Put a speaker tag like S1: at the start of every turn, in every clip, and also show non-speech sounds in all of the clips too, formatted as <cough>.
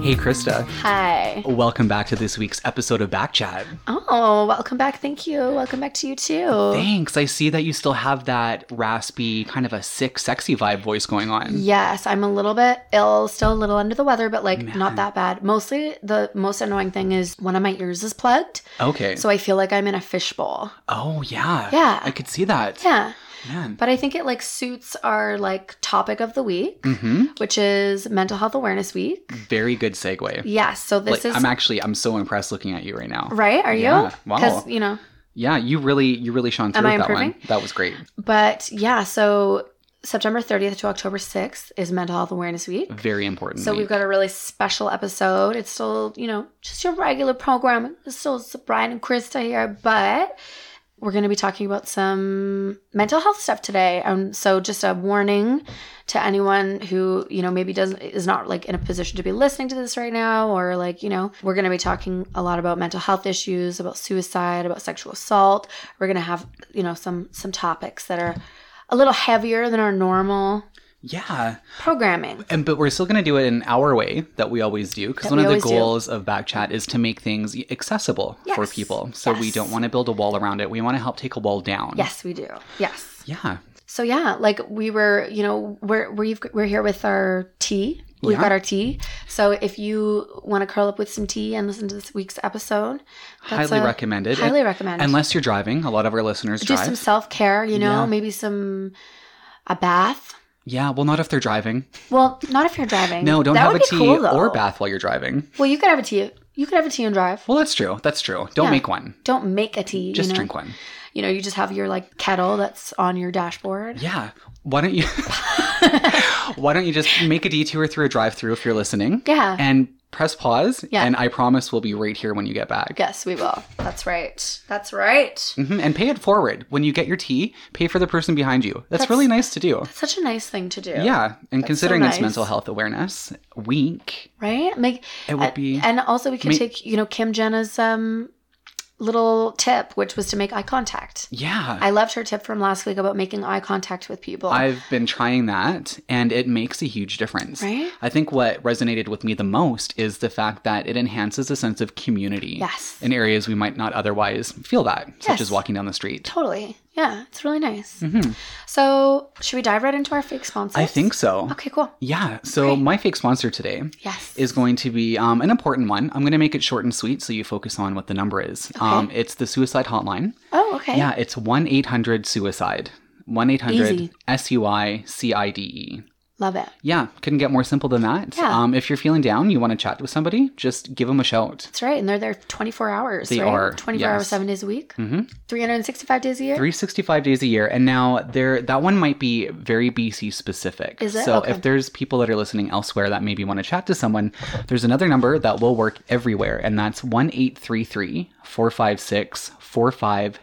S1: Hey, Krista.
S2: Hi.
S1: Welcome back to this week's episode of Backchat.
S2: Oh, welcome back. Thank you. Welcome back to you too.
S1: Thanks. I see that you still have that raspy, kind of a sick, sexy vibe voice going on.
S2: Yes, I'm a little bit ill, still a little under the weather, but like
S1: Man.
S2: not that bad. Mostly the most annoying thing is one of my ears is plugged,
S1: Okay.
S2: so I feel like I'm in a fishbowl.
S1: oh, yeah.
S2: Yeah.
S1: I could see that.
S2: Yeah,
S1: Man.
S2: but I think it like suits our like topic of the week,
S1: hmm
S2: which is mental health awareness week.
S1: Very good segue.
S2: Yes, so this
S1: Mm. like,
S2: is
S1: I'm actually, I'm so impressed looking at you right now.
S2: right. Are you?
S1: Yeah, wow.
S2: you know,
S1: Yeah, you really, you really shone through
S2: Am I
S1: with that one.
S2: improving?
S1: That was great.
S2: but yeah, so September 30th to October 6th is mental health awareness week.
S1: Very important.
S2: So we've got a really special episode. It's still, you know, just your regular program. It's still Brian and Krista here, but we're going to be talking about some mental health stuff today. Um, so just a warning to anyone who you know maybe doesn't is not like in a position to be listening to this right now, or like you know, we're going to be talking a lot about mental health issues, about suicide, about sexual assault. We're going to have you know some some topics that are a little heavier than our normal
S1: yeah.
S2: programming.
S1: And but we're still going to do it in our way that we always do because
S2: That
S1: one
S2: we
S1: of the
S2: always do.
S1: goals of Backchat is to make things accessible for
S2: Yes.
S1: people. So we
S2: Yes.
S1: don't want to build a wall around it. We want to help take a wall down.
S2: Yes, we do. Yes.
S1: Yeah.
S2: So yeah, like we were, you know, we're we've, we're here with our tea. We've
S1: Yeah.
S2: got our tea. So if you want to curl up with some tea and listen to this week's episode, that's
S1: highly
S2: a-
S1: recommended.
S2: Highly recommend.
S1: Unless you're driving, a lot of our listeners
S2: do
S1: drive.
S2: some self care, you know,
S1: Yeah.
S2: maybe some a bath.
S1: yeah, well, not if they're driving.
S2: Well, not if you're driving.
S1: No, don't
S2: That
S1: have a
S2: would be
S1: tea
S2: cool, though.
S1: or bath while you're driving.
S2: Well, you could have a tea. You could have a tea and drive.
S1: Well, that's true. That's true. Don't
S2: Yeah.
S1: make one.
S2: Don't make a tea.
S1: Just
S2: you know?
S1: drink one.
S2: You know, you just have your like kettle that's on your dashboard.
S1: Yeah. Why
S2: <laughs>
S1: don't you? why don't you just make a detour through a drive-through if you're listening?
S2: Yeah.
S1: And press pause.
S2: Yeah.
S1: And I promise we'll be right here when you get back.
S2: yes, we will. That's right. That's right.
S1: hmm And pay it forward. When you get your tea, pay for the person behind you. That's,
S2: That's-
S1: really nice to do.
S2: Such a nice thing to do.
S1: Yeah. And
S2: so
S1: considering it's
S2: nice.
S1: mental health awareness week,
S2: right? Make
S1: it would be.
S2: and also we can
S1: Make-
S2: take you know Kim Jenna's um little tip, which was to make eye contact.
S1: yeah.
S2: I loved her tip from last week about making eye contact with people.
S1: I've been trying that and it makes a huge difference.
S2: Right?
S1: I think what resonated with me the most is the fact that it enhances a sense of community
S2: yes,
S1: in areas we might not otherwise feel that, such
S2: Yes.
S1: as walking down the street.
S2: totally. Yeah, it's really nice.
S1: Mhm.
S2: So should we dive right into our fake sponsors?
S1: I think so.
S2: Okay, cool.
S1: Yeah. So,
S2: Great.
S1: my fake sponsor today
S2: Yes.
S1: is going to be um, an important one. I'm going to make it short and sweet so you focus on what the number is. Um, it's the suicide hotline.
S2: oh okay.
S1: Yeah, it's 1 800 suicide. 1 800
S2: Easy.
S1: S U I C I D E.
S2: Love it.
S1: Yeah, couldn't get more simple than that.
S2: Yeah.
S1: Um, if you're feeling down, you want to chat with somebody, just give them a shout.
S2: That's right, and they're there 24 hours.
S1: They
S2: right?
S1: are,
S2: 24 hours,
S1: yes.
S2: seven days a week,
S1: hmm
S2: 365 days a year.
S1: 365 days a year. And now there that one might be very BC specific.
S2: Is it?
S1: So
S2: Okay.
S1: if there's people that are listening elsewhere that maybe want to chat to someone, there's another number that will work everywhere, and that's 1 833 456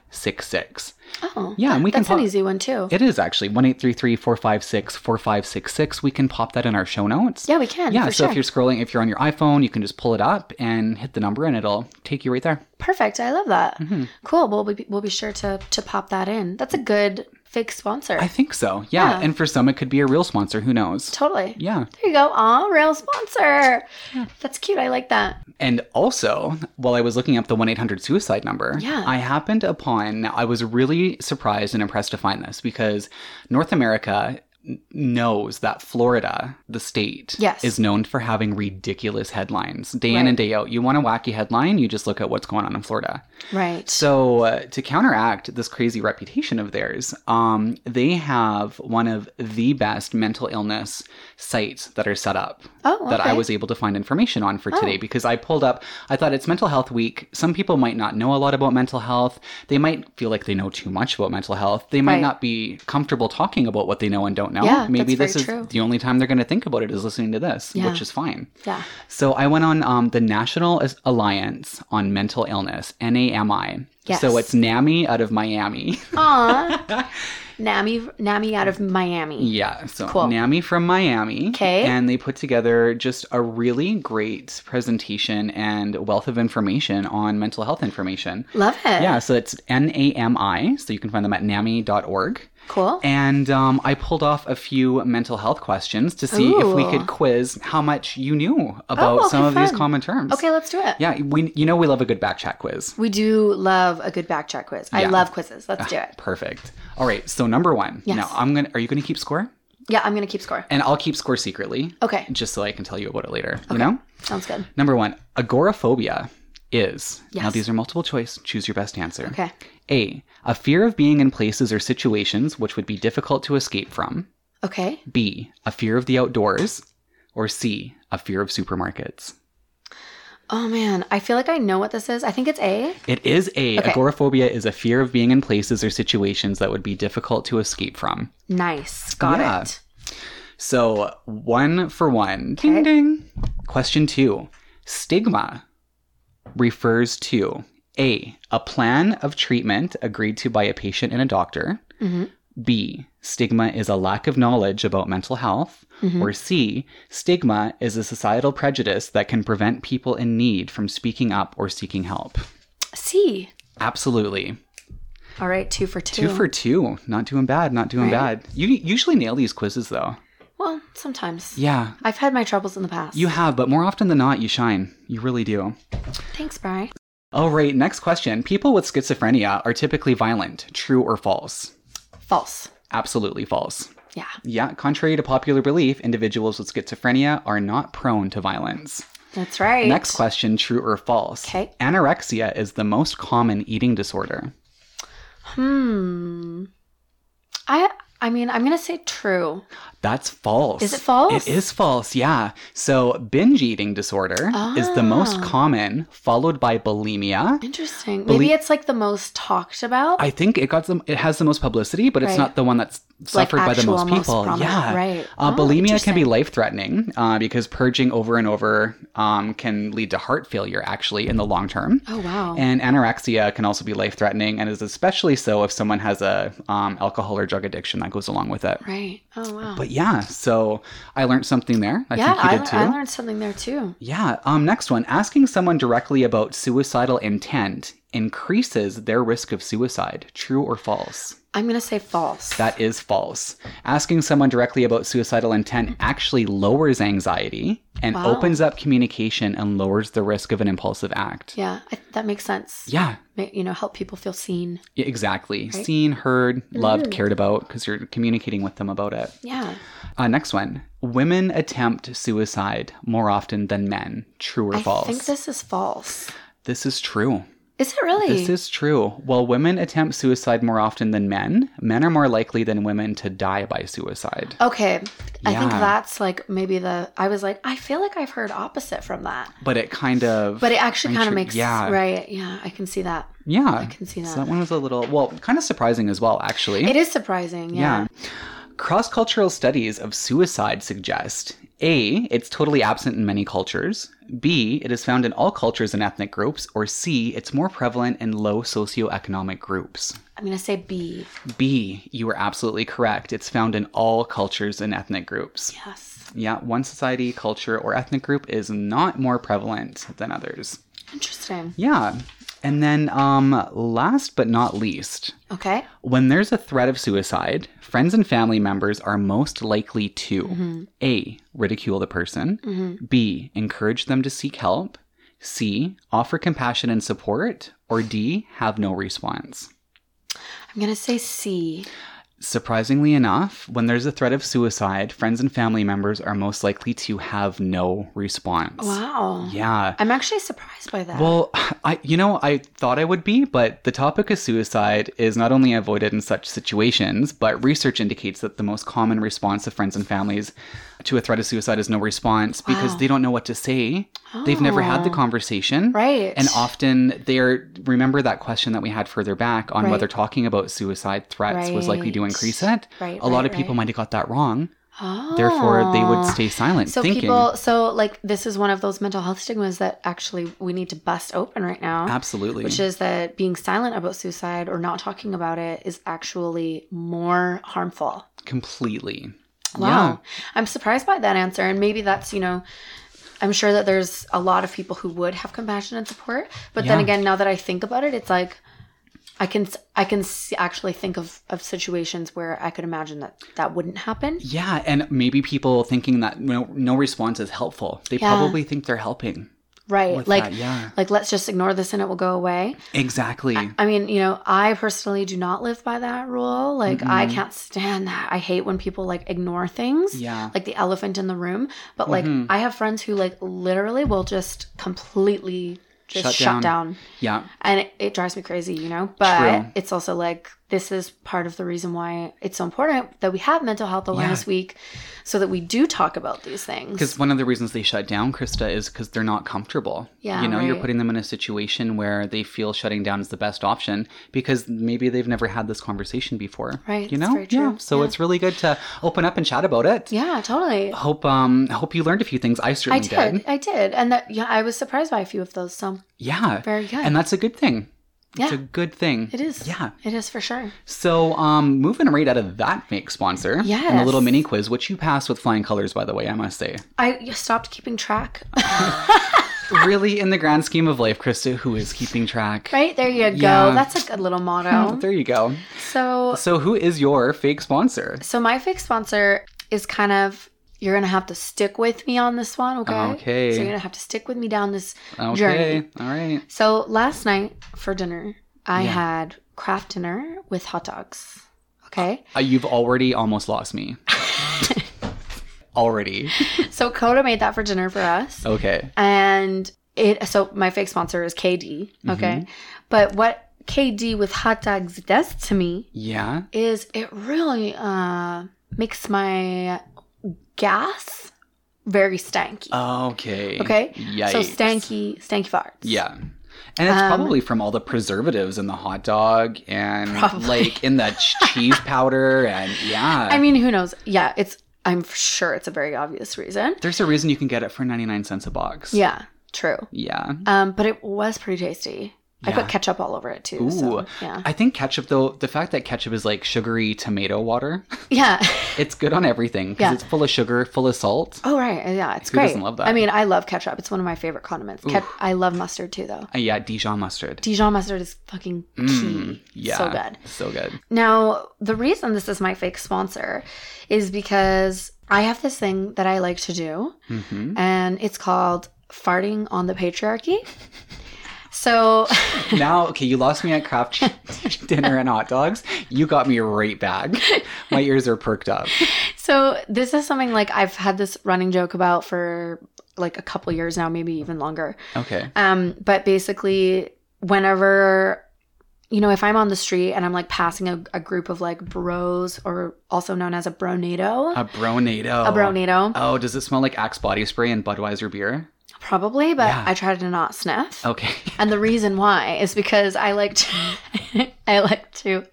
S1: 4566.
S2: oh,
S1: Yeah, and we can
S2: that's an
S1: pop-
S2: easy one too.
S1: It is actually 1 833 456 4566. We can pop that in our show notes.
S2: yeah, we can.
S1: Yeah,
S2: for
S1: so
S2: sure.
S1: if you're scrolling, if you're on your iPhone, you can just pull it up and hit the number, and it'll take you right there.
S2: Perfect. I love that.
S1: Mm-hmm.
S2: Cool. Well, we'll be, we'll be sure to to pop that in. That's a good fake sponsor.
S1: I think so. Yeah.
S2: Yeah.
S1: and for some, it could be a real sponsor. Who knows?
S2: totally.
S1: Yeah.
S2: There you go. Aw, real sponsor. That's cute. I like that.
S1: And also, while I was looking up the 1 800 suicide number,
S2: Yeah.
S1: I happened upon, now I was really surprised and impressed to find this because North America n- knows that Florida, the state,
S2: Yes.
S1: is known for having ridiculous headlines day in
S2: Right.
S1: and day out. You want a wacky headline, you just look at what's going on in Florida.
S2: Right.
S1: So uh, to counteract this crazy reputation of theirs, um, they have one of the best mental illness sites that are set up
S2: oh, okay.
S1: that I was able to find information on for today
S2: Oh.
S1: because I pulled up. I thought it's Mental Health Week. Some people might not know a lot about mental health. They might feel like they know too much about mental health. They might
S2: Right.
S1: not be comfortable talking about what they know and don't know.
S2: Yeah,
S1: Maybe
S2: that's
S1: this is
S2: very true.
S1: the only time they're going to think about it is listening to this,
S2: Yeah.
S1: which is fine.
S2: Yeah.
S1: So I went on um, the National As- Alliance on Mental Illness, NAMI.
S2: Yes.
S1: So it's NAMI out of Miami. <laughs>
S2: Aw. Nami, Nami out of Miami.
S1: Yeah, so
S2: Cool.
S1: NAMI from Miami.
S2: 'Kay.
S1: And they put together just a really great presentation and wealth of information on mental health information.
S2: Love it.
S1: Yeah, so it's N A M I, so you can find them at nami.org.
S2: Cool.
S1: And um, I pulled off a few mental health questions to see if we
S2: Ooh.
S1: could quiz how much you knew about
S2: Oh, okay,
S1: some of these
S2: fun.
S1: common terms.
S2: okay, let's do it.
S1: Yeah, we you know we love a good back chat quiz.
S2: We do love a good back check quiz. I
S1: Yeah.
S2: love quizzes. Let's do it.
S1: Perfect. All right, so number one.
S2: Yes.
S1: Now I'm gonna. Are you gonna keep score?
S2: Yeah, I'm going to keep score.
S1: And I'll keep score secretly,
S2: Okay,
S1: just so I can tell you about it later. You know.
S2: sounds good.
S1: Number one, agoraphobia is. Now
S2: Yes.
S1: these are multiple choice. Choose your best answer.
S2: Okay.
S1: A. A fear of being in places or situations which would be difficult to escape from.
S2: Okay.
S1: B. A fear of the outdoors. Or C. A fear of supermarkets.
S2: Oh man, I feel like I know what this is. I think it's A.
S1: It is A.
S2: Okay.
S1: Agoraphobia is a fear of being in places or situations that would be difficult to escape from.
S2: Nice. Got
S1: Yeah.
S2: it.
S1: So, one for one. Ding
S2: Okay.
S1: ding. Question two Stigma refers to A. A plan of treatment agreed to by a patient and a doctor.
S2: Mhm.
S1: B. Stigma is a lack of knowledge about mental health.
S2: Mhm.
S1: Or C. Stigma is a societal prejudice that can prevent people in need from speaking up or seeking help.
S2: C.
S1: Absolutely.
S2: All right, two for two.
S1: Two for two. Not doing bad. Not doing
S2: Right.
S1: bad. You usually nail these quizzes, though.
S2: Well, sometimes.
S1: Yeah.
S2: I've had my troubles in the past.
S1: You have, but more often than not, you shine. You really do.
S2: Thanks, Bri.
S1: All right, next question. People with schizophrenia are typically violent. True or false?
S2: False.
S1: Absolutely false.
S2: Yeah.
S1: Yeah, contrary to popular belief, individuals with schizophrenia are not prone to violence.
S2: That's right.
S1: Next question true or false?
S2: Okay.
S1: Anorexia is the most common eating disorder.
S2: Hmm. I I mean, I'm going to say true.
S1: That's false.
S2: Is it false?
S1: It is false, yeah. So, binge eating disorder is the most
S2: Ah.
S1: common, followed by bulimia.
S2: Interesting.
S1: Belie-
S2: Maybe it's like the most talked about.
S1: I think it got some. It has the most publicity, but it's
S2: Right.
S1: not the one that's
S2: like
S1: suffered by the
S2: actual
S1: most people.
S2: prominent.
S1: yeah,
S2: Right.
S1: Uh,
S2: Oh,
S1: bulimia can be
S2: interesting.
S1: life threatening uh, because purging over and over um, can lead to heart failure, actually, in the long term.
S2: Oh wow.
S1: And anorexia can also be life threatening and is especially so if someone has a um, alcohol or drug addiction that goes along with it.
S2: right. Oh wow.
S1: But yeah, so I learned something there. I
S2: yeah,
S1: think you
S2: I,
S1: did too.
S2: I learned something there too.
S1: yeah. Um, next one asking someone directly about suicidal intent increases their risk of suicide. True or false?
S2: I'm gonna say false.
S1: That is false. Asking someone directly about suicidal intent actually lowers anxiety and
S2: Wow.
S1: opens up communication and lowers the risk of an impulsive act.
S2: yeah, I, that makes sense.
S1: Yeah,
S2: Ma- You know, help people feel seen.
S1: e- exactly.
S2: Right.
S1: Seen, heard, loved,
S2: Mhm.
S1: cared about because you're communicating with them about it.
S2: Yeah,
S1: Uh, next one Women attempt suicide more often than men. True or
S2: I
S1: false?
S2: think this is false.
S1: this is true.
S2: Is it really?
S1: This is true. While women attempt suicide more often than men, men are more likely than women to die by suicide.
S2: okay. I think
S1: Yeah.
S2: that's like maybe the. I was like, I feel like I've heard opposite from that,
S1: But it kind of.
S2: but it actually kind of
S1: Intru-
S2: makes
S1: yeah.
S2: right. Yeah, I can see that.
S1: yeah.
S2: I can see
S1: So
S2: that.
S1: that one was a little, well, kind of surprising as well, actually.
S2: it is surprising. Yeah.
S1: Cross cultural studies of suicide suggest A, it's totally absent in many cultures, B, it is found in all cultures and ethnic groups, or C, it's more prevalent in low socioeconomic groups.
S2: I'm gonna say B.
S1: B, you were absolutely correct. It's found in all cultures and ethnic groups.
S2: Yes.
S1: Yeah, one society, culture, or ethnic group is not more prevalent than others.
S2: Interesting.
S1: Yeah. And then, um, last but not least,
S2: Okay.
S1: When there's a threat of suicide, friends and family members are most likely to A. Ridicule the person, B. Encourage them to seek help, C. Offer compassion and support, or D. Have no response.
S2: I'm gonna say C.
S1: Surprisingly enough, when there's a threat of suicide, friends and family members are most likely to have no response.
S2: Wow.
S1: Yeah.
S2: I'm actually surprised by that.
S1: Well, I you know, I thought I would be, but the topic of suicide is not only avoided in such situations, but research indicates that the most common response of friends and families to a threat of suicide is no response because
S2: Wow.
S1: they don't know what to say. They've never had the
S2: Oh.
S1: conversation.
S2: Right.
S1: And often they're remember that question that we had further back on
S2: Right.
S1: whether talking about suicide threats was likely to
S2: Right.
S1: increase it.
S2: Right,
S1: a lot
S2: right,
S1: of people
S2: right.
S1: might have got that wrong.
S2: Oh.
S1: Therefore, they would stay silent,
S2: So
S1: thinking.
S2: people, so like this is one of those mental health stigmas that actually we need to bust open right now,
S1: absolutely.
S2: which is that being silent about suicide or not talking about it is actually more harmful.
S1: completely.
S2: Wow. I'm surprised by that answer. And maybe that's, you know, I'm sure that there's a lot of people who would have compassion and support. But then
S1: Yeah.
S2: again, now that I think about it, it's like, I can I can s- actually think of, of situations where I could imagine that that wouldn't happen.
S1: Yeah. And maybe people thinking that no, no response is helpful. They
S2: Yeah.
S1: probably think they're helping.
S2: Right.
S1: With
S2: like
S1: that, yeah.
S2: like let's just ignore this and it will go away.
S1: Exactly.
S2: I mean, you know, I personally do not live by that rule. Like I can't stand that. I hate when people like ignore things.
S1: Mm-hmm. yeah. Mm-hmm.
S2: Like the elephant in the room. But like I have friends who like literally will just completely just shut,
S1: Shut
S2: down.
S1: down. yeah.
S2: And it, it drives me crazy, you know? But
S1: True.
S2: it's also like this is part of the reason why it's so important that we have mental health awareness week so that we do talk about these things.
S1: Because one of the reasons they shut down, Krista, is because they're not comfortable.
S2: Yeah,
S1: You know, you're
S2: right.
S1: putting them in a situation where they feel shutting down is the best option because maybe they've never had this conversation before.
S2: Right,
S1: You
S2: that's
S1: know?
S2: very true.
S1: Yeah. So
S2: Yeah.
S1: it's really good to open up and chat about it.
S2: Yeah, totally.
S1: Hope um hope you learned a few things. I
S2: I
S1: certainly
S2: did. I did. And that yeah, I was surprised by a few of those. So
S1: Yeah.
S2: very good.
S1: And that's a good thing. It's
S2: Yeah.
S1: a good thing.
S2: it is.
S1: Yeah.
S2: It is for sure.
S1: So, um, moving right out of that make sponsor and a
S2: Yes.
S1: little mini quiz, which you passed with flying colors, by the way, I must say.
S2: I stopped keeping track.
S1: really, in the grand scheme of life, Krista, who is keeping track?
S2: right? There you go.
S1: Yeah.
S2: That's a good little motto.
S1: There you go.
S2: so
S1: So, who is your fake sponsor?
S2: so my fake sponsor is kind of you're gonna have to stick with me on this one, okay?
S1: Okay.
S2: So you're gonna have to stick with me down this
S1: Okay,
S2: Journey.
S1: all right.
S2: So last night for dinner, I
S1: Yeah.
S2: had craft dinner with hot dogs. Okay.
S1: Uh, you've already almost lost
S2: <laughs>
S1: me. already.
S2: so Coda made that for dinner for us.
S1: Okay.
S2: and it so my fake sponsor is KD, okay?
S1: Mm-hmm.
S2: But what KD with hot dogs does to me
S1: Yeah.
S2: is it really uh makes my gas very stanky.
S1: Okay.
S2: Okay.
S1: Oh, Yikes.
S2: So stanky, stanky farts.
S1: Yeah. And it's
S2: Um,
S1: probably from all the preservatives in the hot dog and
S2: Probably.
S1: like in
S2: <laughs>
S1: the ch- cheese powder and yeah.
S2: I mean, who knows? Yeah, it's I'm sure it's a very obvious reason.
S1: There's a reason you can get it for 99 cents a box.
S2: Yeah, true.
S1: Yeah.
S2: Um, but it was pretty tasty. I
S1: Yeah.
S2: put ketchup all over it too. So,
S1: Ooh.
S2: yeah.
S1: I think ketchup, though, the fact that ketchup is like sugary tomato water, <laughs>
S2: Yeah. <laughs>
S1: it's good on everything because
S2: Yeah.
S1: it's full of sugar, full of salt.
S2: Oh right, yeah, it's
S1: Who
S2: great.
S1: doesn't love that?
S2: I mean, I love ketchup. It's one of my favorite condiments. Ket- I love mustard too, though.
S1: Uh, yeah, Dijon mustard.
S2: Dijon mustard is fucking key.
S1: Mm, yeah.
S2: So good.
S1: So good.
S2: Now, the reason this is my fake sponsor is because I have this thing that I like to do,
S1: hmm
S2: and it's called farting on the
S1: <laughs>
S2: patriarchy. So,
S1: now, okay, you lost me at craft <laughs>
S2: <laughs>
S1: dinner and hot dogs. You got me right back. My ears are perked up.
S2: so this is something like I've had this running joke about for like a couple years now, maybe even longer.
S1: Okay.
S2: Um, but basically, whenever you know, if I'm on the street and I'm like passing a, a group of like bros, or also known as a bronado,
S1: A bronado.
S2: a bronado,
S1: Oh, does it smell like Axe body spray and Budweiser beer?
S2: probably, but
S1: Yeah.
S2: I try to not sniff.
S1: Okay.
S2: And the reason why is because I like to, <laughs> I like to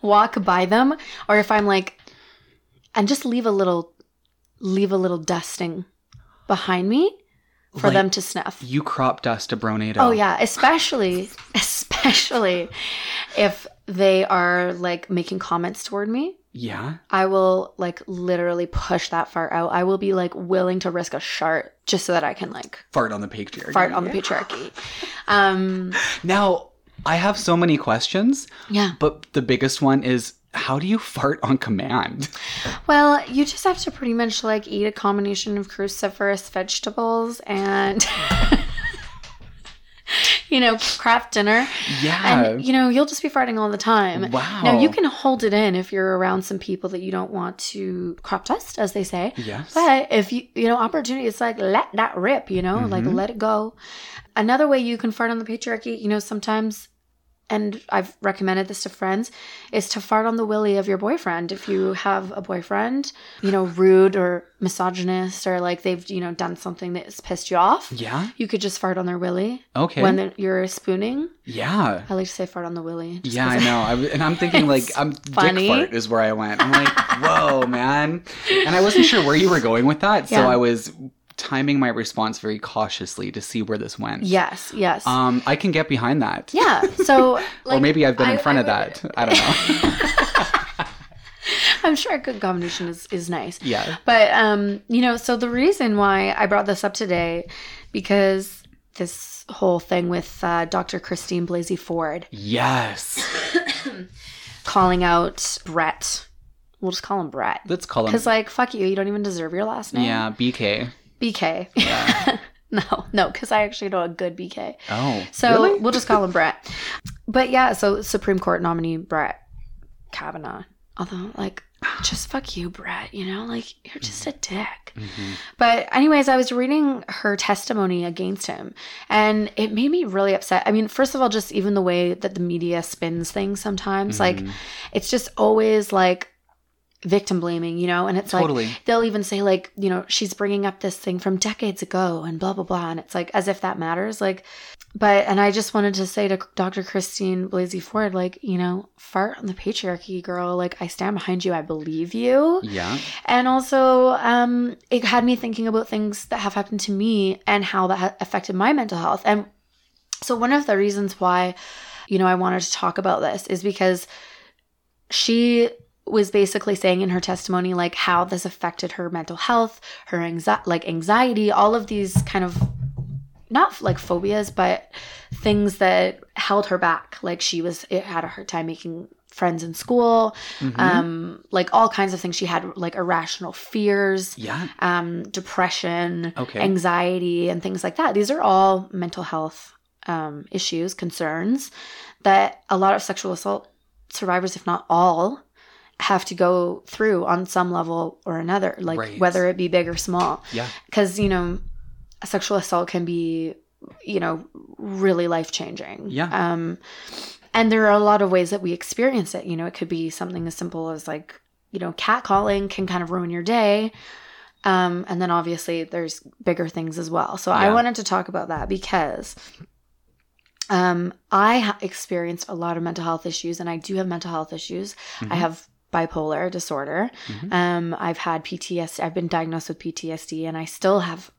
S2: walk by them, or if I'm like, and just leave a little, leave a little dusting behind me
S1: <laughs>
S2: for
S1: Like,
S2: them to sniff.
S1: You crop dust a bronado.
S2: Oh yeah, especially <laughs> especially if they are like making comments toward me.
S1: Yeah.
S2: I will like literally push that fart out. I will be like willing to risk a shart just so that I can like
S1: Fart on the patriarchy.
S2: fart on the patriarchy. Um
S1: Now, I have so many questions,
S2: yeah.
S1: but the biggest one is how do you fart on command?
S2: Well, you just have to pretty much like eat a combination of cruciferous vegetables and <laughs> you know, craft dinner.
S1: Yeah.
S2: And you know, you'll just be farting all the time.
S1: wow.
S2: Now you can hold it in if you're around some people that you don't want to crop dust, as they say.
S1: Yes.
S2: But if you you know opportunity, it's like let that rip, you know, like
S1: Mhm.
S2: let it go. Another way you can fart on the patriarchy, you know, sometimes and I've recommended this to friends, is to fart on the willy of your boyfriend. If you have a boyfriend, you know, rude or misogynist or like they've, you know, done something that's pissed you off,
S1: Yeah.
S2: you could just fart on their willy
S1: Okay.
S2: when they're- you're spooning.
S1: yeah.
S2: I like to say fart on the willy. just
S1: Yeah, I
S2: 'cause
S1: know. I, w- and I'm thinking like
S2: It's
S1: I'm dick
S2: funny.
S1: fart is where I went. I'm like, whoa, man. And I wasn't sure where you were going with that, so
S2: Yeah.
S1: I was timing my response very cautiously to see where this went.
S2: <laughs> Yes, yes.
S1: Um, I can get behind that.
S2: yeah. So, like,
S1: <laughs> or maybe I've been in
S2: I-
S1: front
S2: I
S1: of
S2: would-
S1: that. I don't know. <laughs>
S2: I'm sure a good combination is, is nice. <laughs>
S1: yeah.
S2: But um, you know, so the reason why I brought this up today because this whole thing with uh, Dr. Christine Blasey Ford
S1: Yes.
S2: calling out Brett. We'll just call him Brett.
S1: Let's call him.
S2: Because like fuck you, you don't even deserve your last name.
S1: yeah, BK.
S2: BK. <laughs> no, no, because I actually know a good BK.
S1: Oh.
S2: So
S1: really?
S2: we'll just call him Brett. But yeah, so Supreme Court nominee Brett Kavanaugh. Although, like, just fuck you, Brett. You know, like you're just a dick.
S1: Mhm.
S2: But, anyways, I was reading her testimony against him and it made me really upset. I mean, first of all, just even the way that the media spins things sometimes,
S1: Mhm.
S2: like, it's just always like victim blaming, you know? And it's like,
S1: totally.
S2: they'll even say, like, you know, she's bringing up this thing from decades ago and blah, blah, blah. And it's like, as if that matters. Like, but, and I just wanted to say to Dr. Christine Blasey Ford, like, you know, fart on the patriarchy, girl. Like, I stand behind you. I believe you.
S1: yeah.
S2: And also, um, it had me thinking about things that have happened to me and how that ha- affected my mental health. And so, one of the reasons why, you know, I wanted to talk about this is because she was basically saying in her testimony, like, how this affected her mental health, her anxiety, like anxiety, all of these kind of not like phobias, but things that held her back. Like, she was, it had a hard time making friends in school
S1: Mhm.
S2: um like all kinds of things she had like irrational fears
S1: yeah.
S2: um depression
S1: Okay.
S2: anxiety and things like that these are all mental health um issues concerns that a lot of sexual assault survivors if not all have to go through on some level or another like
S1: Right.
S2: whether it be big or small
S1: yeah.
S2: because you know sexual assault can be you know really life changing
S1: Yeah.
S2: um and there are a lot of ways that we experience it you know it could be something as simple as like you know catcalling can kind of ruin your day um and then obviously there's bigger things as well so i
S1: Yeah.
S2: wanted to talk about that because um i ha- experienced a lot of mental health issues and i do have mental health issues I
S1: Mhm.
S2: have bipolar disorder.
S1: Mhm.
S2: Um, I've had PTSD. I've been diagnosed with PTSD, and I still have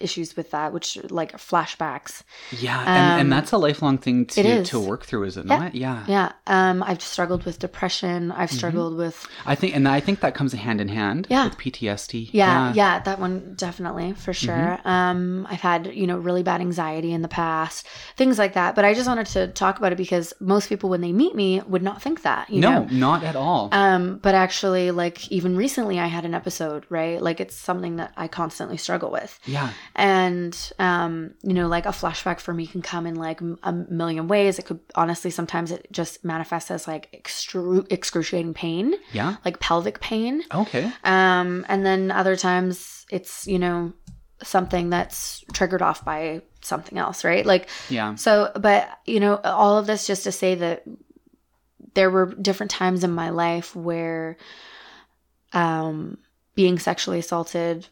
S2: issues with that, which like flashbacks.
S1: Yeah, and,
S2: um,
S1: and that's a lifelong thing
S2: it
S1: to
S2: is.
S1: to work through, is it
S2: Yeah.
S1: not? Yeah.
S2: Yeah. Um, I've struggled with depression. I've
S1: Mhm.
S2: struggled with
S1: I think, and I think that comes hand in hand
S2: Yeah.
S1: with PTSD.
S2: yeah, yeah, that one definitely for sure. Um, I've had you know really bad anxiety in the past, things like that. But I just wanted to talk about it because most people when they meet me would not think that. You
S1: no,
S2: know?
S1: not at all.
S2: Um, but actually, like even recently, I had an episode, right? Like it's something that I constantly struggle with.
S1: yeah,
S2: and um you know like a flashback for me can come in like m- a million ways it could honestly sometimes it just manifests as like excru- excruciating pain
S1: yeah.
S2: like pelvic pain
S1: Okay.
S2: um and then other times it's you know something that's triggered off by something else right like
S1: Yeah.
S2: so but you know all of this just to say that there were different times in my life where um being sexually assaulted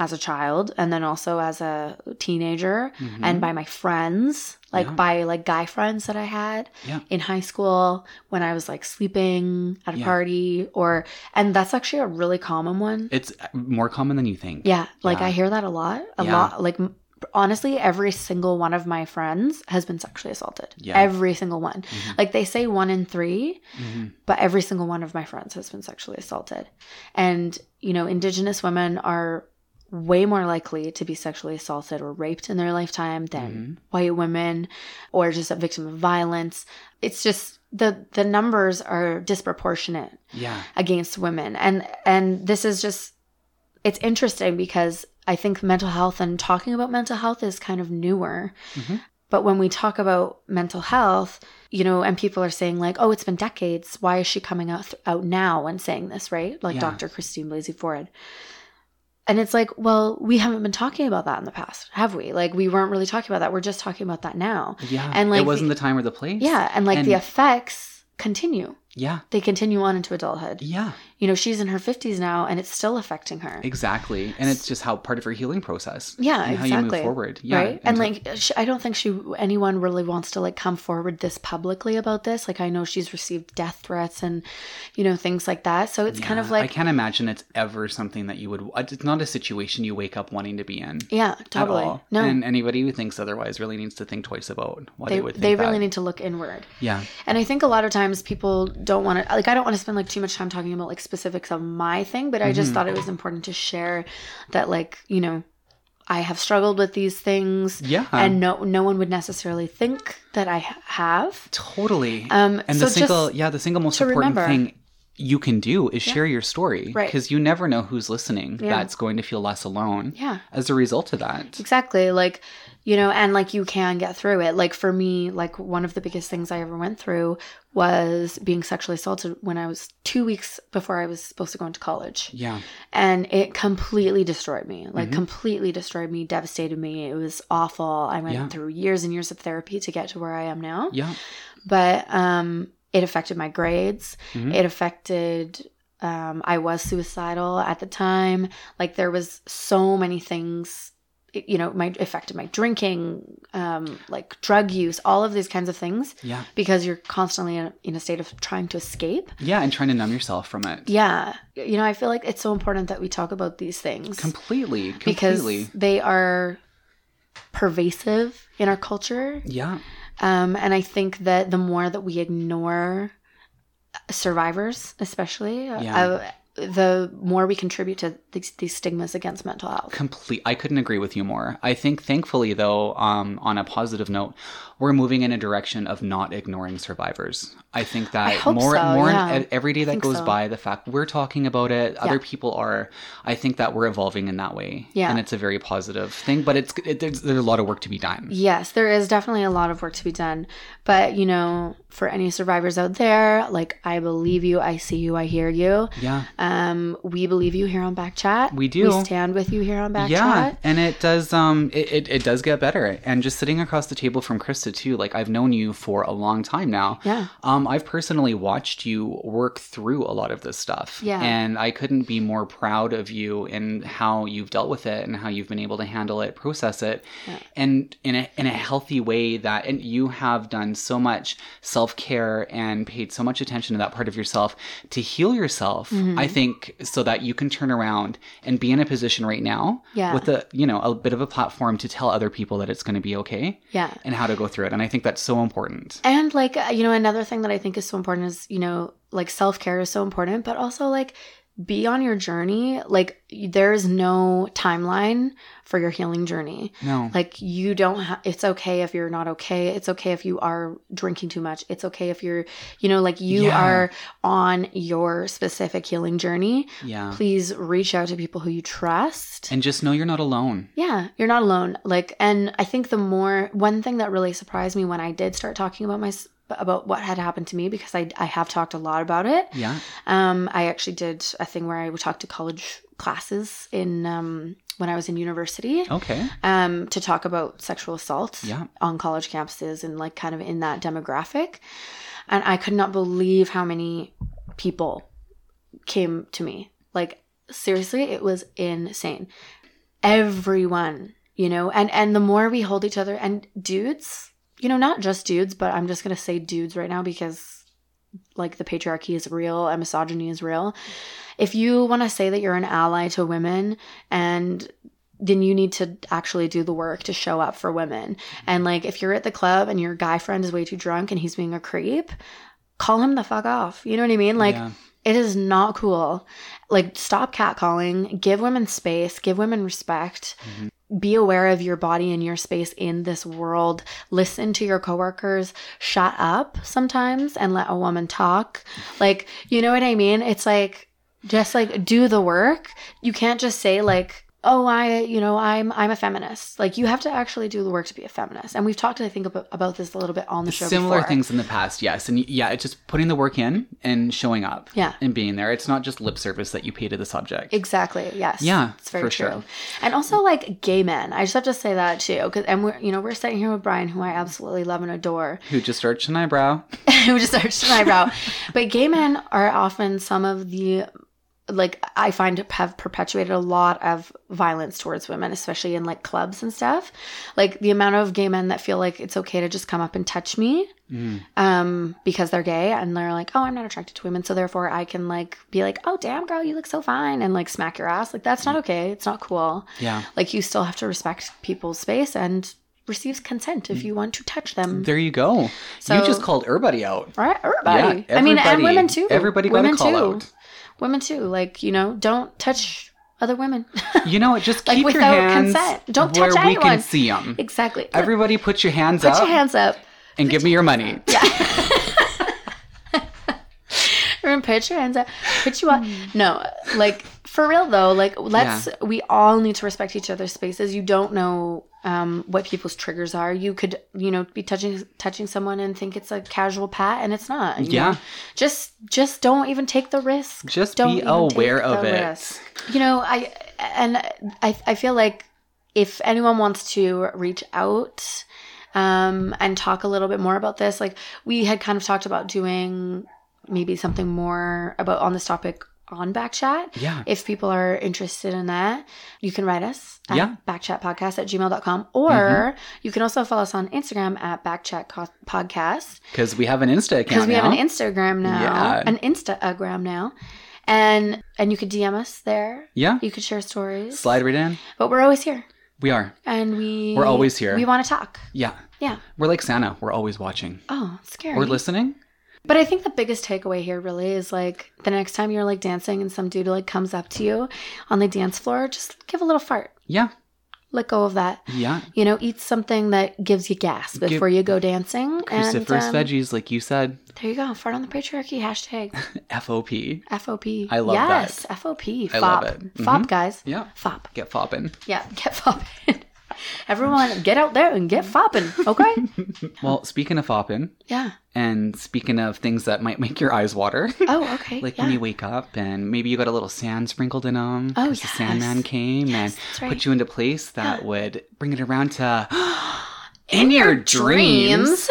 S2: as a child and then also as a teenager
S1: Mhm.
S2: and by my friends like
S1: Yeah.
S2: by like guy friends that i had
S1: Yeah.
S2: in high school when i was like sleeping at a
S1: Yeah.
S2: party or and that's actually a really common one
S1: it's more common than you think.
S2: yeah like
S1: Yeah.
S2: i hear that a lot a
S1: Yeah.
S2: lot like m- honestly every single one of my friends has been sexually assaulted
S1: Yeah.
S2: every single one
S1: Mhm.
S2: like they say one in three
S1: Mhm.
S2: but every single one of my friends has been sexually assaulted. And, you know, Indigenous women are way more likely to be sexually assaulted or raped in their lifetime than
S1: Mhm.
S2: white women or just a victim of violence. It's just the the numbers are disproportionate
S1: Yeah.
S2: against women. And and this is just it's interesting because I think mental health and talking about mental health is kind of newer.
S1: Mhm.
S2: But when we talk about mental health, you know, and people are saying like, "Oh, it's been decades. Why is she coming out out now and saying this?" Right? Like
S1: Yeah.
S2: Dr. Christine Blasey Ford. And it's like, well, we haven't been talking about that in the past, have we? Like, we weren't really talking about that. We're just talking about that now.
S1: Yeah.
S2: And, like,
S1: it wasn't
S2: the-
S1: the time or the place.
S2: Yeah. And like
S1: And-
S2: the effects continue,
S1: Yeah.
S2: they continue on into adulthood.
S1: Yeah.
S2: You know, she's in her 50s now and it's still affecting her.
S1: Exactly. And it's just how part of her healing process.
S2: Yeah,
S1: And how you
S2: exactly.
S1: move forward. Yeah.
S2: right? And
S1: to-
S2: like, she, I don't think she anyone really wants to like come forward this publicly about this. Like, I know she's received death threats and you know things like that. So it's kind
S1: Yeah,
S2: of
S1: I
S2: like,
S1: can't imagine it's ever something that you would. uh, It's not a situation you wake up wanting to be in.
S2: yeah,
S1: At
S2: totally.
S1: all.
S2: No,
S1: And anybody who thinks otherwise really needs to think twice about why they,
S2: they
S1: would think
S2: they really
S1: that.
S2: need to look inward.
S1: Yeah.
S2: And I think a lot of times people don't want to like I don't want to spend like too much time talking about like specifics of my thing, but I just
S1: Mhm.
S2: thought it was important to share that like, you know, I have struggled with these things
S1: Yeah.
S2: and no no one would necessarily think that I ha- have.
S1: totally.
S2: Um
S1: and
S2: so
S1: the single,
S2: just,
S1: yeah, the single most
S2: to
S1: important
S2: remember-
S1: thing you can do is
S2: Yeah.
S1: share your story,
S2: Right.
S1: Because you never know who's listening
S2: Yeah.
S1: that's going to feel less alone
S2: yeah.
S1: as a result of that.
S2: Exactly. Like, you know, and like you can get through it. Like for me, like one of the biggest things I ever went through was being sexually assaulted when I was 2 weeks before I was supposed to go into college.
S1: Yeah.
S2: and it completely destroyed me like
S1: Mhm.
S2: completely destroyed me devastated me it was awful i went
S1: Yeah.
S2: through years and years of therapy to get to where i am now
S1: Yeah.
S2: but um it affected my grades
S1: Mhm.
S2: it affected um i was suicidal at the time like there was so many things it- you know my affected my drinking um like drug use all of these kinds of things
S1: Yeah.
S2: because you're constantly in a, in a state of trying to escape
S1: Yeah. And trying to numb yourself from it.
S2: yeah you know i feel like it's so important that we talk about these things
S1: Completely.
S2: because
S1: Completely.
S2: they are pervasive in our culture.
S1: yeah.
S2: Um, and I think that the more that we ignore survivors, especially,
S1: Yeah.
S2: uh, the more we contribute to these, these stigmas against mental health.
S1: complete i couldn't agree with you more i think thankfully though um, on a positive note we're moving in a direction of not ignoring survivors i think that
S2: I hope
S1: more
S2: so,
S1: more
S2: yeah.
S1: e- every day that
S2: think
S1: goes
S2: so.
S1: by the fact we're talking about it other people are i think that we're evolving in that way
S2: Yeah.
S1: and it's a very positive thing but it's it, there's, there's a lot of work to be done
S2: Yes, there is definitely a lot of work to be done. But, you know, for any survivors out there, like, I believe you, I see you, I hear you.
S1: yeah
S2: Um, we believe you here on Backchat.
S1: We do.
S2: We stand with you here on Backchat.
S1: yeah and it does um it, it, it does get better and just sitting across the table from krista too like i've known you for a long time now
S2: Yeah.
S1: Um, I've personally watched you work through a lot of this stuff.
S2: Yeah.
S1: And I couldn't be more proud of you and how you've dealt with it and how you've been able to handle it, process it,
S2: Yeah.
S1: and in a, in a healthy way that, and you have done so much self care and paid so much attention to that part of yourself to heal yourself,
S2: Mm-hmm.
S1: I think, so that you can turn around and be in a position right now
S2: Yeah.
S1: with a, you know, a bit of a platform to tell other people that it's going to be okay
S2: Yeah.
S1: and how to go through it. And I think that's so important.
S2: And like uh, you know, another thing that I think is so important is you know, like self care is so important, but also like be on your journey. Like y- there is no timeline for your healing journey.
S1: No.
S2: Like you don't. Ha- it's okay if you're not okay. It's okay if you are drinking too much. It's okay if you're, you know, like you
S1: Yeah.
S2: are on your specific healing journey.
S1: yeah.
S2: Please reach out to people who you trust.
S1: And just know you're not alone.
S2: Yeah, you're not alone. Like, and I think the more one thing that really surprised me when I did start talking about my about what had happened to me because I I have talked a lot about it.
S1: Yeah.
S2: Um, I actually did a thing where I would talk to college classes in um when I was in university.
S1: Okay.
S2: Um, to talk about sexual assault
S1: Yeah.
S2: on college campuses and like kind of in that demographic, and I could not believe how many people came to me. Like seriously, it was insane. Everyone, you know, and and the more we hold each other and dudes, you know, not just dudes, but I'm just going to say dudes right now because like the patriarchy is real and misogyny is real. If you want to say that you're an ally to women and then you need to actually do the work to show up for women. And like if you're at the club and your guy friend is way too drunk and he's being a creep, call him the fuck off. You know what I mean? Like
S1: yeah.
S2: it is not cool. Like, stop catcalling, give women space, give women respect.
S1: Mhm.
S2: Be aware of your body and your space in this world. Listen to your coworkers. Shut up sometimes and let a woman talk. Like, you know what I mean? It's like, just like do the work. You can't just say, like, oh i you know i'm i'm a feminist like you have to actually do the work to be a feminist and we've talked i think about, about this a little bit on the show
S1: Similar
S2: before.
S1: things in the past, yes. And yeah, it's just putting the work in and showing up
S2: Yeah.
S1: and being there. It's not just lip service that you pay to the subject.
S2: Exactly. Yes.
S1: Yeah,
S2: It's very
S1: for
S2: true.
S1: sure.
S2: And also like gay men. I just have to say that too, cause and we're you know we're sitting here with Brian, who I absolutely love and adore, <laughs>
S1: Who just arched an eyebrow.
S2: who just arched
S1: <laughs>
S2: an eyebrow. but gay men are often some of the like I find have perpetuated a lot of violence towards women, especially in like clubs and stuff. Like the amount of gay men that feel like it's okay to just come up and touch me
S1: Mm.
S2: um because they're gay and they're like oh i'm not attracted to women so therefore i can like be like oh damn girl you look so fine and like smack your ass like that's
S1: Mm.
S2: not okay it's not cool
S1: Yeah.
S2: like you still have to respect people's space and receives consent if you want to touch them
S1: Mm. There Mm. you go.
S2: So-
S1: you just called everybody out.
S2: right everybody
S1: Yeah,
S2: i mean and
S1: everybody.
S2: women too
S1: Everybody got a
S2: women
S1: call
S2: too
S1: out.
S2: women too like you know don't touch other women <laughs>
S1: You know, what? just
S2: Like,
S1: keep your
S2: without
S1: hands
S2: consent. Don't
S1: where
S2: touch
S1: we
S2: anyone.
S1: can see them.
S2: exactly Put-
S1: Everybody, put your hands
S2: put
S1: up
S2: your hands up
S1: and give me your money.
S2: <laughs> Everyone put your hands up. Put you up. No, like for real though. Like let's. We all need to respect each other's spaces. You don't know um, what people's triggers are. You could, you know, be touching touching someone and think it's a casual pat, and it's not. you
S1: Yeah.
S2: know? Just just don't even take the risk.
S1: Just
S2: Don't
S1: be
S2: even take
S1: aware of
S2: the
S1: it.
S2: risk. You know, I and I I feel like if anyone wants to reach out um and talk a little bit more about this, like we had kind of talked about doing maybe something more about on this topic on Backchat.
S1: Yeah.
S2: If people are interested in that, you can write us at
S1: Yeah. Mm-hmm.
S2: backchatpodcast at gmail.com or you can also follow us on Instagram at backchatpodcast
S1: Because we have an Insta account
S2: because we have
S1: now.
S2: an Instagram now,
S1: Yeah.
S2: an Instagram now, and and you could DM us there.
S1: yeah.
S2: You could share stories.
S1: Slide right in.
S2: But we're always here,
S1: We are.
S2: and we
S1: We're always here.
S2: We want to talk.
S1: Yeah.
S2: Yeah.
S1: We're like Santa. We're always watching.
S2: Oh, it's scary.
S1: We're listening.
S2: But I think the biggest takeaway here really is like the next time you're like dancing and some dude like comes up to you on the dance floor, just give a little fart.
S1: Yeah.
S2: Let go of that.
S1: Yeah.
S2: You know, eat something that gives you gas
S1: Give-
S2: before you go dancing.
S1: Cruciferous
S2: and, um,
S1: veggies, like you said.
S2: There you go. Fart on the patriarchy. Hashtag
S1: FOP.
S2: FOP.
S1: I love that.
S2: yes, FOP. FOP.
S1: I love it. Mm-hmm.
S2: FOP, guys.
S1: Yeah.
S2: FOP.
S1: Get fopping.
S2: Yeah, <laughs> get fopping. Everyone, get out there and get fopping,
S1: <laughs>
S2: okay?
S1: Well, speaking of fopping
S2: yeah.
S1: and speaking of things that might make your eyes water, <laughs>
S2: Oh, okay.
S1: like
S2: yeah.
S1: when you wake up and maybe you got a little sand sprinkled in them the
S2: Oh, yes.
S1: Sandman came
S2: Yes,
S1: and
S2: that's
S1: put
S2: right.
S1: you into place that
S2: Yeah.
S1: would bring it around to <gasps> in your dreams.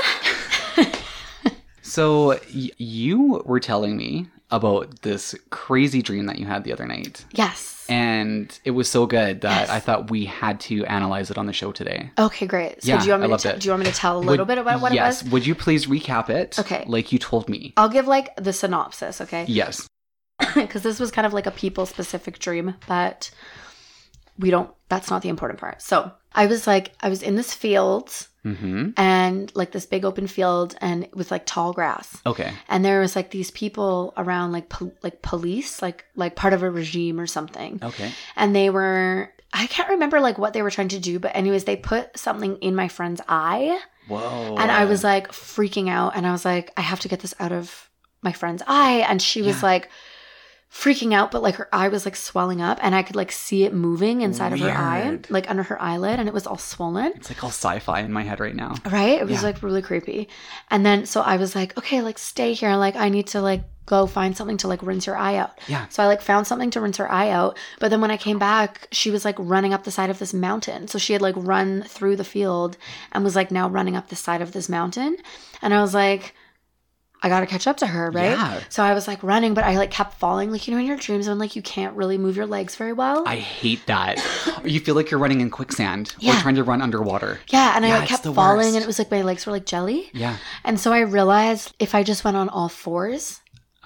S1: So y- you were telling me about this crazy dream that you had the other night.
S2: Yes.
S1: And it was so good that
S2: Yes.
S1: I thought we had to analyze it on the show today.
S2: okay, great. So
S1: Yeah,
S2: do you
S1: I
S2: want me to
S1: loved
S2: te-
S1: it.
S2: do you want me to tell a little
S1: Would-
S2: bit about what
S1: yes.
S2: it was?
S1: Would you please recap it?
S2: Okay.
S1: Like you told me.
S2: I'll give like the synopsis, okay?
S1: Yes.
S2: <laughs> Because this was kind of like a people specific dream, but we don't that's not the important part. So I was like I was in this field
S1: Mm-hmm.
S2: and like this big open field and with like tall grass.
S1: Okay.
S2: and there was like these people around like pol- like police like like part of a regime or something
S1: Okay.
S2: and they were i can't remember like what they were trying to do but anyways they put something in my friend's eye
S1: Whoa.
S2: and i was like freaking out and i was like i have to get this out of my friend's eye and she was
S1: Yeah.
S2: like freaking out but like her eye was like swelling up and i could like see it moving inside of her eye
S1: Weird.
S2: like under her eyelid and it was all swollen
S1: It's like all sci-fi in my head right now.
S2: Right? It was
S1: Yeah.
S2: like really creepy. And then so I was like, okay, like stay here. Like I need to like go find something to like rinse your eye out.
S1: Yeah.
S2: So I like found something to rinse her eye out. But then when I came back, she was like running up the side of this mountain. So she had like run through the field and was like now running up the side of this mountain. And I was like, I gotta catch up to her, right?
S1: Yeah.
S2: So I was like running, but I like kept falling. Like, you know, in your dreams when like you can't really move your legs very well.
S1: I hate that. you feel like you're running in quicksand
S2: Yeah.
S1: or trying to run underwater.
S2: yeah, and I
S1: Yeah,
S2: like
S1: it's
S2: kept
S1: the
S2: falling
S1: worst.
S2: and it was like my legs were like jelly.
S1: Yeah.
S2: And so I realized if I just went on all fours,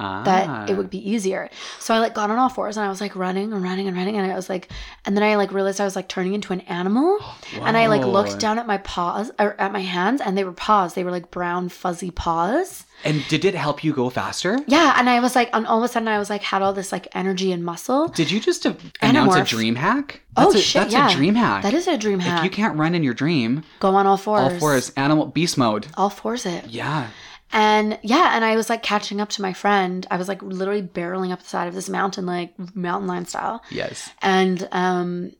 S1: Ah.
S2: that it would be easier. So I like got on all fours and I was like running and running and running. And I was like, and then I like realized I was like turning into an animal. And I like
S1: Whoa.
S2: looked down at my paws or at my hands and they were paws. They were like brown, fuzzy paws.
S1: And did it help you go faster?
S2: Yeah. And I was like, and all of a sudden I was like, had all this like energy and muscle.
S1: Did you just a- announce a
S2: Animorph.
S1: dream hack?
S2: Oh,
S1: That's a,
S2: shit,
S1: That's
S2: yeah.
S1: a dream hack.
S2: That is a dream
S1: If
S2: hack.
S1: you can't run in your dream,
S2: Go on all fours.
S1: all fours, animal, beast mode.
S2: All fours it.
S1: Yeah.
S2: And yeah, and I was like catching up to my friend. I was like literally barreling up the side of this mountain, like mountain lion style.
S1: Yes.
S2: and um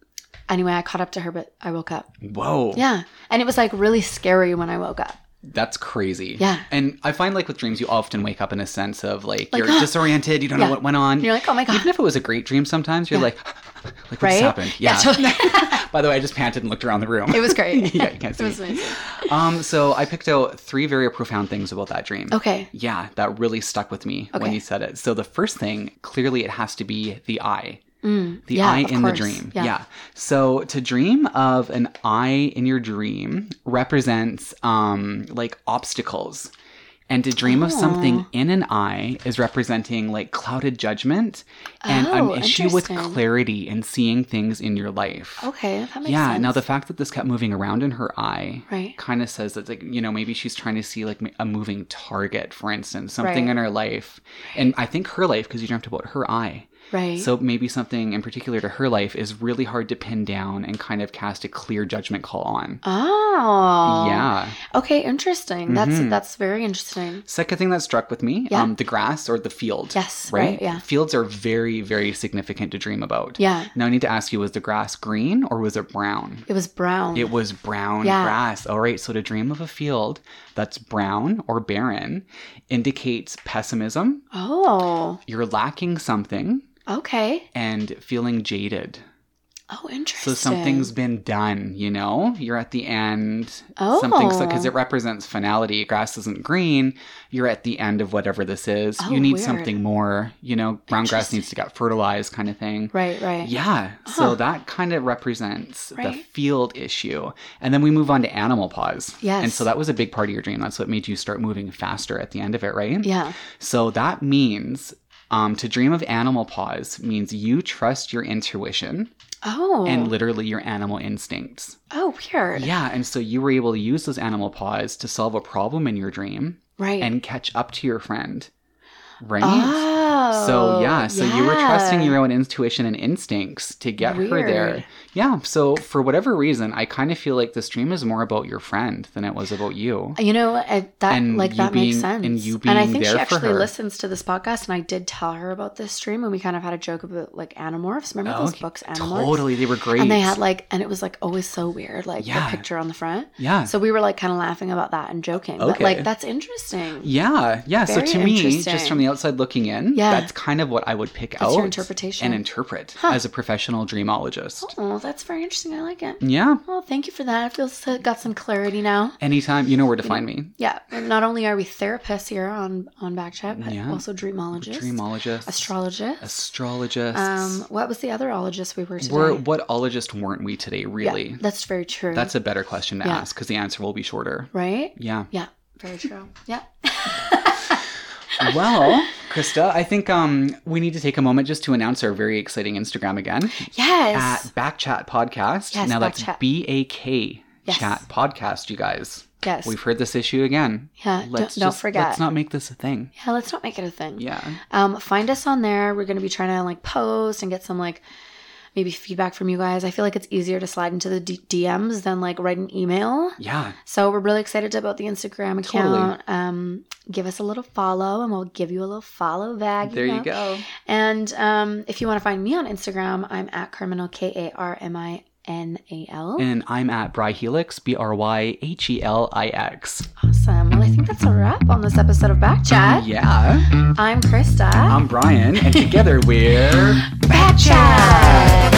S2: Anyway, I caught up to her, but I woke up.
S1: Whoa.
S2: Yeah. And it was like really scary when I woke up.
S1: That's crazy.
S2: Yeah.
S1: And I find like with dreams, you often wake up in a sense of like,
S2: Like, <gasps>
S1: you're disoriented, you don't
S2: Yeah.
S1: know what went on.
S2: And you're like, oh my God.
S1: <laughs> Even if it was a great dream, sometimes you're
S2: Yeah.
S1: like, <gasps> like what
S2: right?
S1: just happened? Yeah.
S2: so-
S1: <laughs> By the way, I just panted and looked around the room.
S2: <laughs> it was great.
S1: <laughs> yeah, you can't
S2: <laughs> It was
S1: see. me.
S2: amazing.
S1: Um, so I picked out three very profound things about that dream.
S2: Okay.
S1: Yeah, that really stuck with me when
S2: Okay.
S1: you said it. So the first thing, clearly, it has to be the eye.
S2: Mm,
S1: The
S2: yeah,
S1: eye
S2: of
S1: in
S2: course.
S1: the dream.
S2: Yeah.
S1: Yeah. So to dream of an eye in your dream represents um like obstacles. And to dream of something
S2: Oh.
S1: in an eye is representing like clouded judgment and
S2: Oh,
S1: an issue with
S2: interesting.
S1: clarity and seeing things in your life.
S2: Okay. That makes
S1: yeah.
S2: sense.
S1: Now the fact that this kept moving around in her eye
S2: Right.
S1: kind of says that like you know maybe she's trying to see like ma- a moving target for instance something
S2: Right.
S1: in her life and i think her life because you dreamt about her eye
S2: Right.
S1: so maybe something in particular to her life is really hard to pin down and kind of cast a clear judgment call on
S2: Oh.
S1: yeah
S2: Okay, interesting. That's
S1: Mhm.
S2: that's very interesting.
S1: second thing that struck with me
S2: Yeah.
S1: um the grass or the field
S2: Yes,
S1: right?
S2: right, yeah.
S1: fields are very very significant to dream about
S2: Yeah.
S1: now i need to ask you was the grass green or was it brown
S2: It was brown.
S1: It was brown
S2: Yeah.
S1: grass. All right. So to dream of a field that's brown or barren indicates pessimism,
S2: oh.
S1: you're lacking something,
S2: Okay.
S1: and feeling jaded.
S2: Oh, interesting.
S1: So something's been done, you know? You're at the end.
S2: Oh.
S1: Something's because it represents finality. Grass isn't green. You're at the end of whatever this is.
S2: Oh,
S1: you need
S2: weird.
S1: something more, you know? Brown grass needs to get fertilized, kind of thing.
S2: right, right.
S1: Yeah.
S2: Huh.
S1: So that kind of represents the
S2: Right.
S1: field issue. And then we move on to animal paws.
S2: Yes.
S1: And so that was a big part of your dream. That's what made you start moving faster at the end of it, right?
S2: Yeah.
S1: So that means um, to dream of animal paws means you trust your intuition
S2: Oh.
S1: and literally your animal instincts.
S2: oh, weird.
S1: Yeah. And so you were able to use those animal paws to solve a problem in your dream
S2: Right.
S1: and catch up to your friend. Right?
S2: Oh.
S1: So yeah, so you were trusting
S2: yeah.
S1: your own intuition and instincts to get her
S2: Weird.
S1: there. Yeah. So for whatever reason, I kind of feel like this dream is more about your friend than it was about you.
S2: You know I, that
S1: And
S2: like
S1: you
S2: that makes
S1: being-
S2: sense.
S1: and you
S2: I
S1: being
S2: think she
S1: there for
S2: actually
S1: her.
S2: listens to this podcast, and I did tell her about this stream, and we kind of had a joke about like Animorphs. Remember
S1: Oh,
S2: those
S1: Okay,
S2: books, Animorphs?
S1: Totally, they were great.
S2: And they had like, and it was like always so weird, like
S1: Yeah.
S2: the picture on the front.
S1: yeah.
S2: So we were like kind of laughing about that and joking, but
S1: Okay.
S2: like that's interesting.
S1: yeah, yeah. So
S2: Very
S1: to me,
S2: interesting.
S1: just from the outside looking in,
S2: Yeah.
S1: that's kind of what I would pick
S2: That's
S1: out
S2: your interpretation.
S1: and interpret
S2: Huh.
S1: as a professional dreamologist.
S2: oh, that's very interesting. I like it.
S1: Yeah.
S2: Oh, thank you for that. I feel so, got some clarity now.
S1: Anytime you know where to find me.
S2: Yeah, and not only are we therapists here on on Backchat, but
S1: Yeah.
S2: also dreamologists,
S1: Dreamologist.
S2: astrologists.
S1: Astrologists.
S2: Um, what was the other ologist we were today?
S1: we're what ologist weren't we today,
S2: Yeah,
S1: really?
S2: that's very true.
S1: That's a better question to
S2: Yeah.
S1: ask because the answer will be shorter.
S2: right.
S1: Yeah.
S2: Yeah, very true.
S1: <laughs>
S2: Yeah.
S1: Well, <laughs> Krista, I think um, we need to take a moment just to announce our very exciting Instagram again
S2: yes.
S1: at Backchat Podcast.
S2: Yes,
S1: now that's
S2: Backchat.
S1: B A K
S2: Yes.
S1: Chat Podcast, you guys.
S2: yes.
S1: We've heard this issue again.
S2: yeah. Don't, don't
S1: just-
S2: forget.
S1: Let's not make this a thing.
S2: yeah. Let's not make it a thing.
S1: Yeah.
S2: Um, find us on there. We're going to be trying to like post and get some like maybe feedback from you guys. I feel like it's easier to slide into the D- DMs than like write an email.
S1: Yeah.
S2: So we're really excited about the Instagram account.
S1: Totally.
S2: Um, give us a little follow, and we'll give you a little follow back.
S1: There
S2: know?
S1: you go.
S2: And um, if you want to find me on Instagram, I'm at Carminal K A R M I N A L.
S1: And I'm at Bry Helix, B R Y H E L I X.
S2: Awesome. Well, I think that's a wrap on this episode of Back Chat.
S1: Yeah.
S2: I'm Krista.
S1: I'm Brian, and together we're.
S2: Back Chat.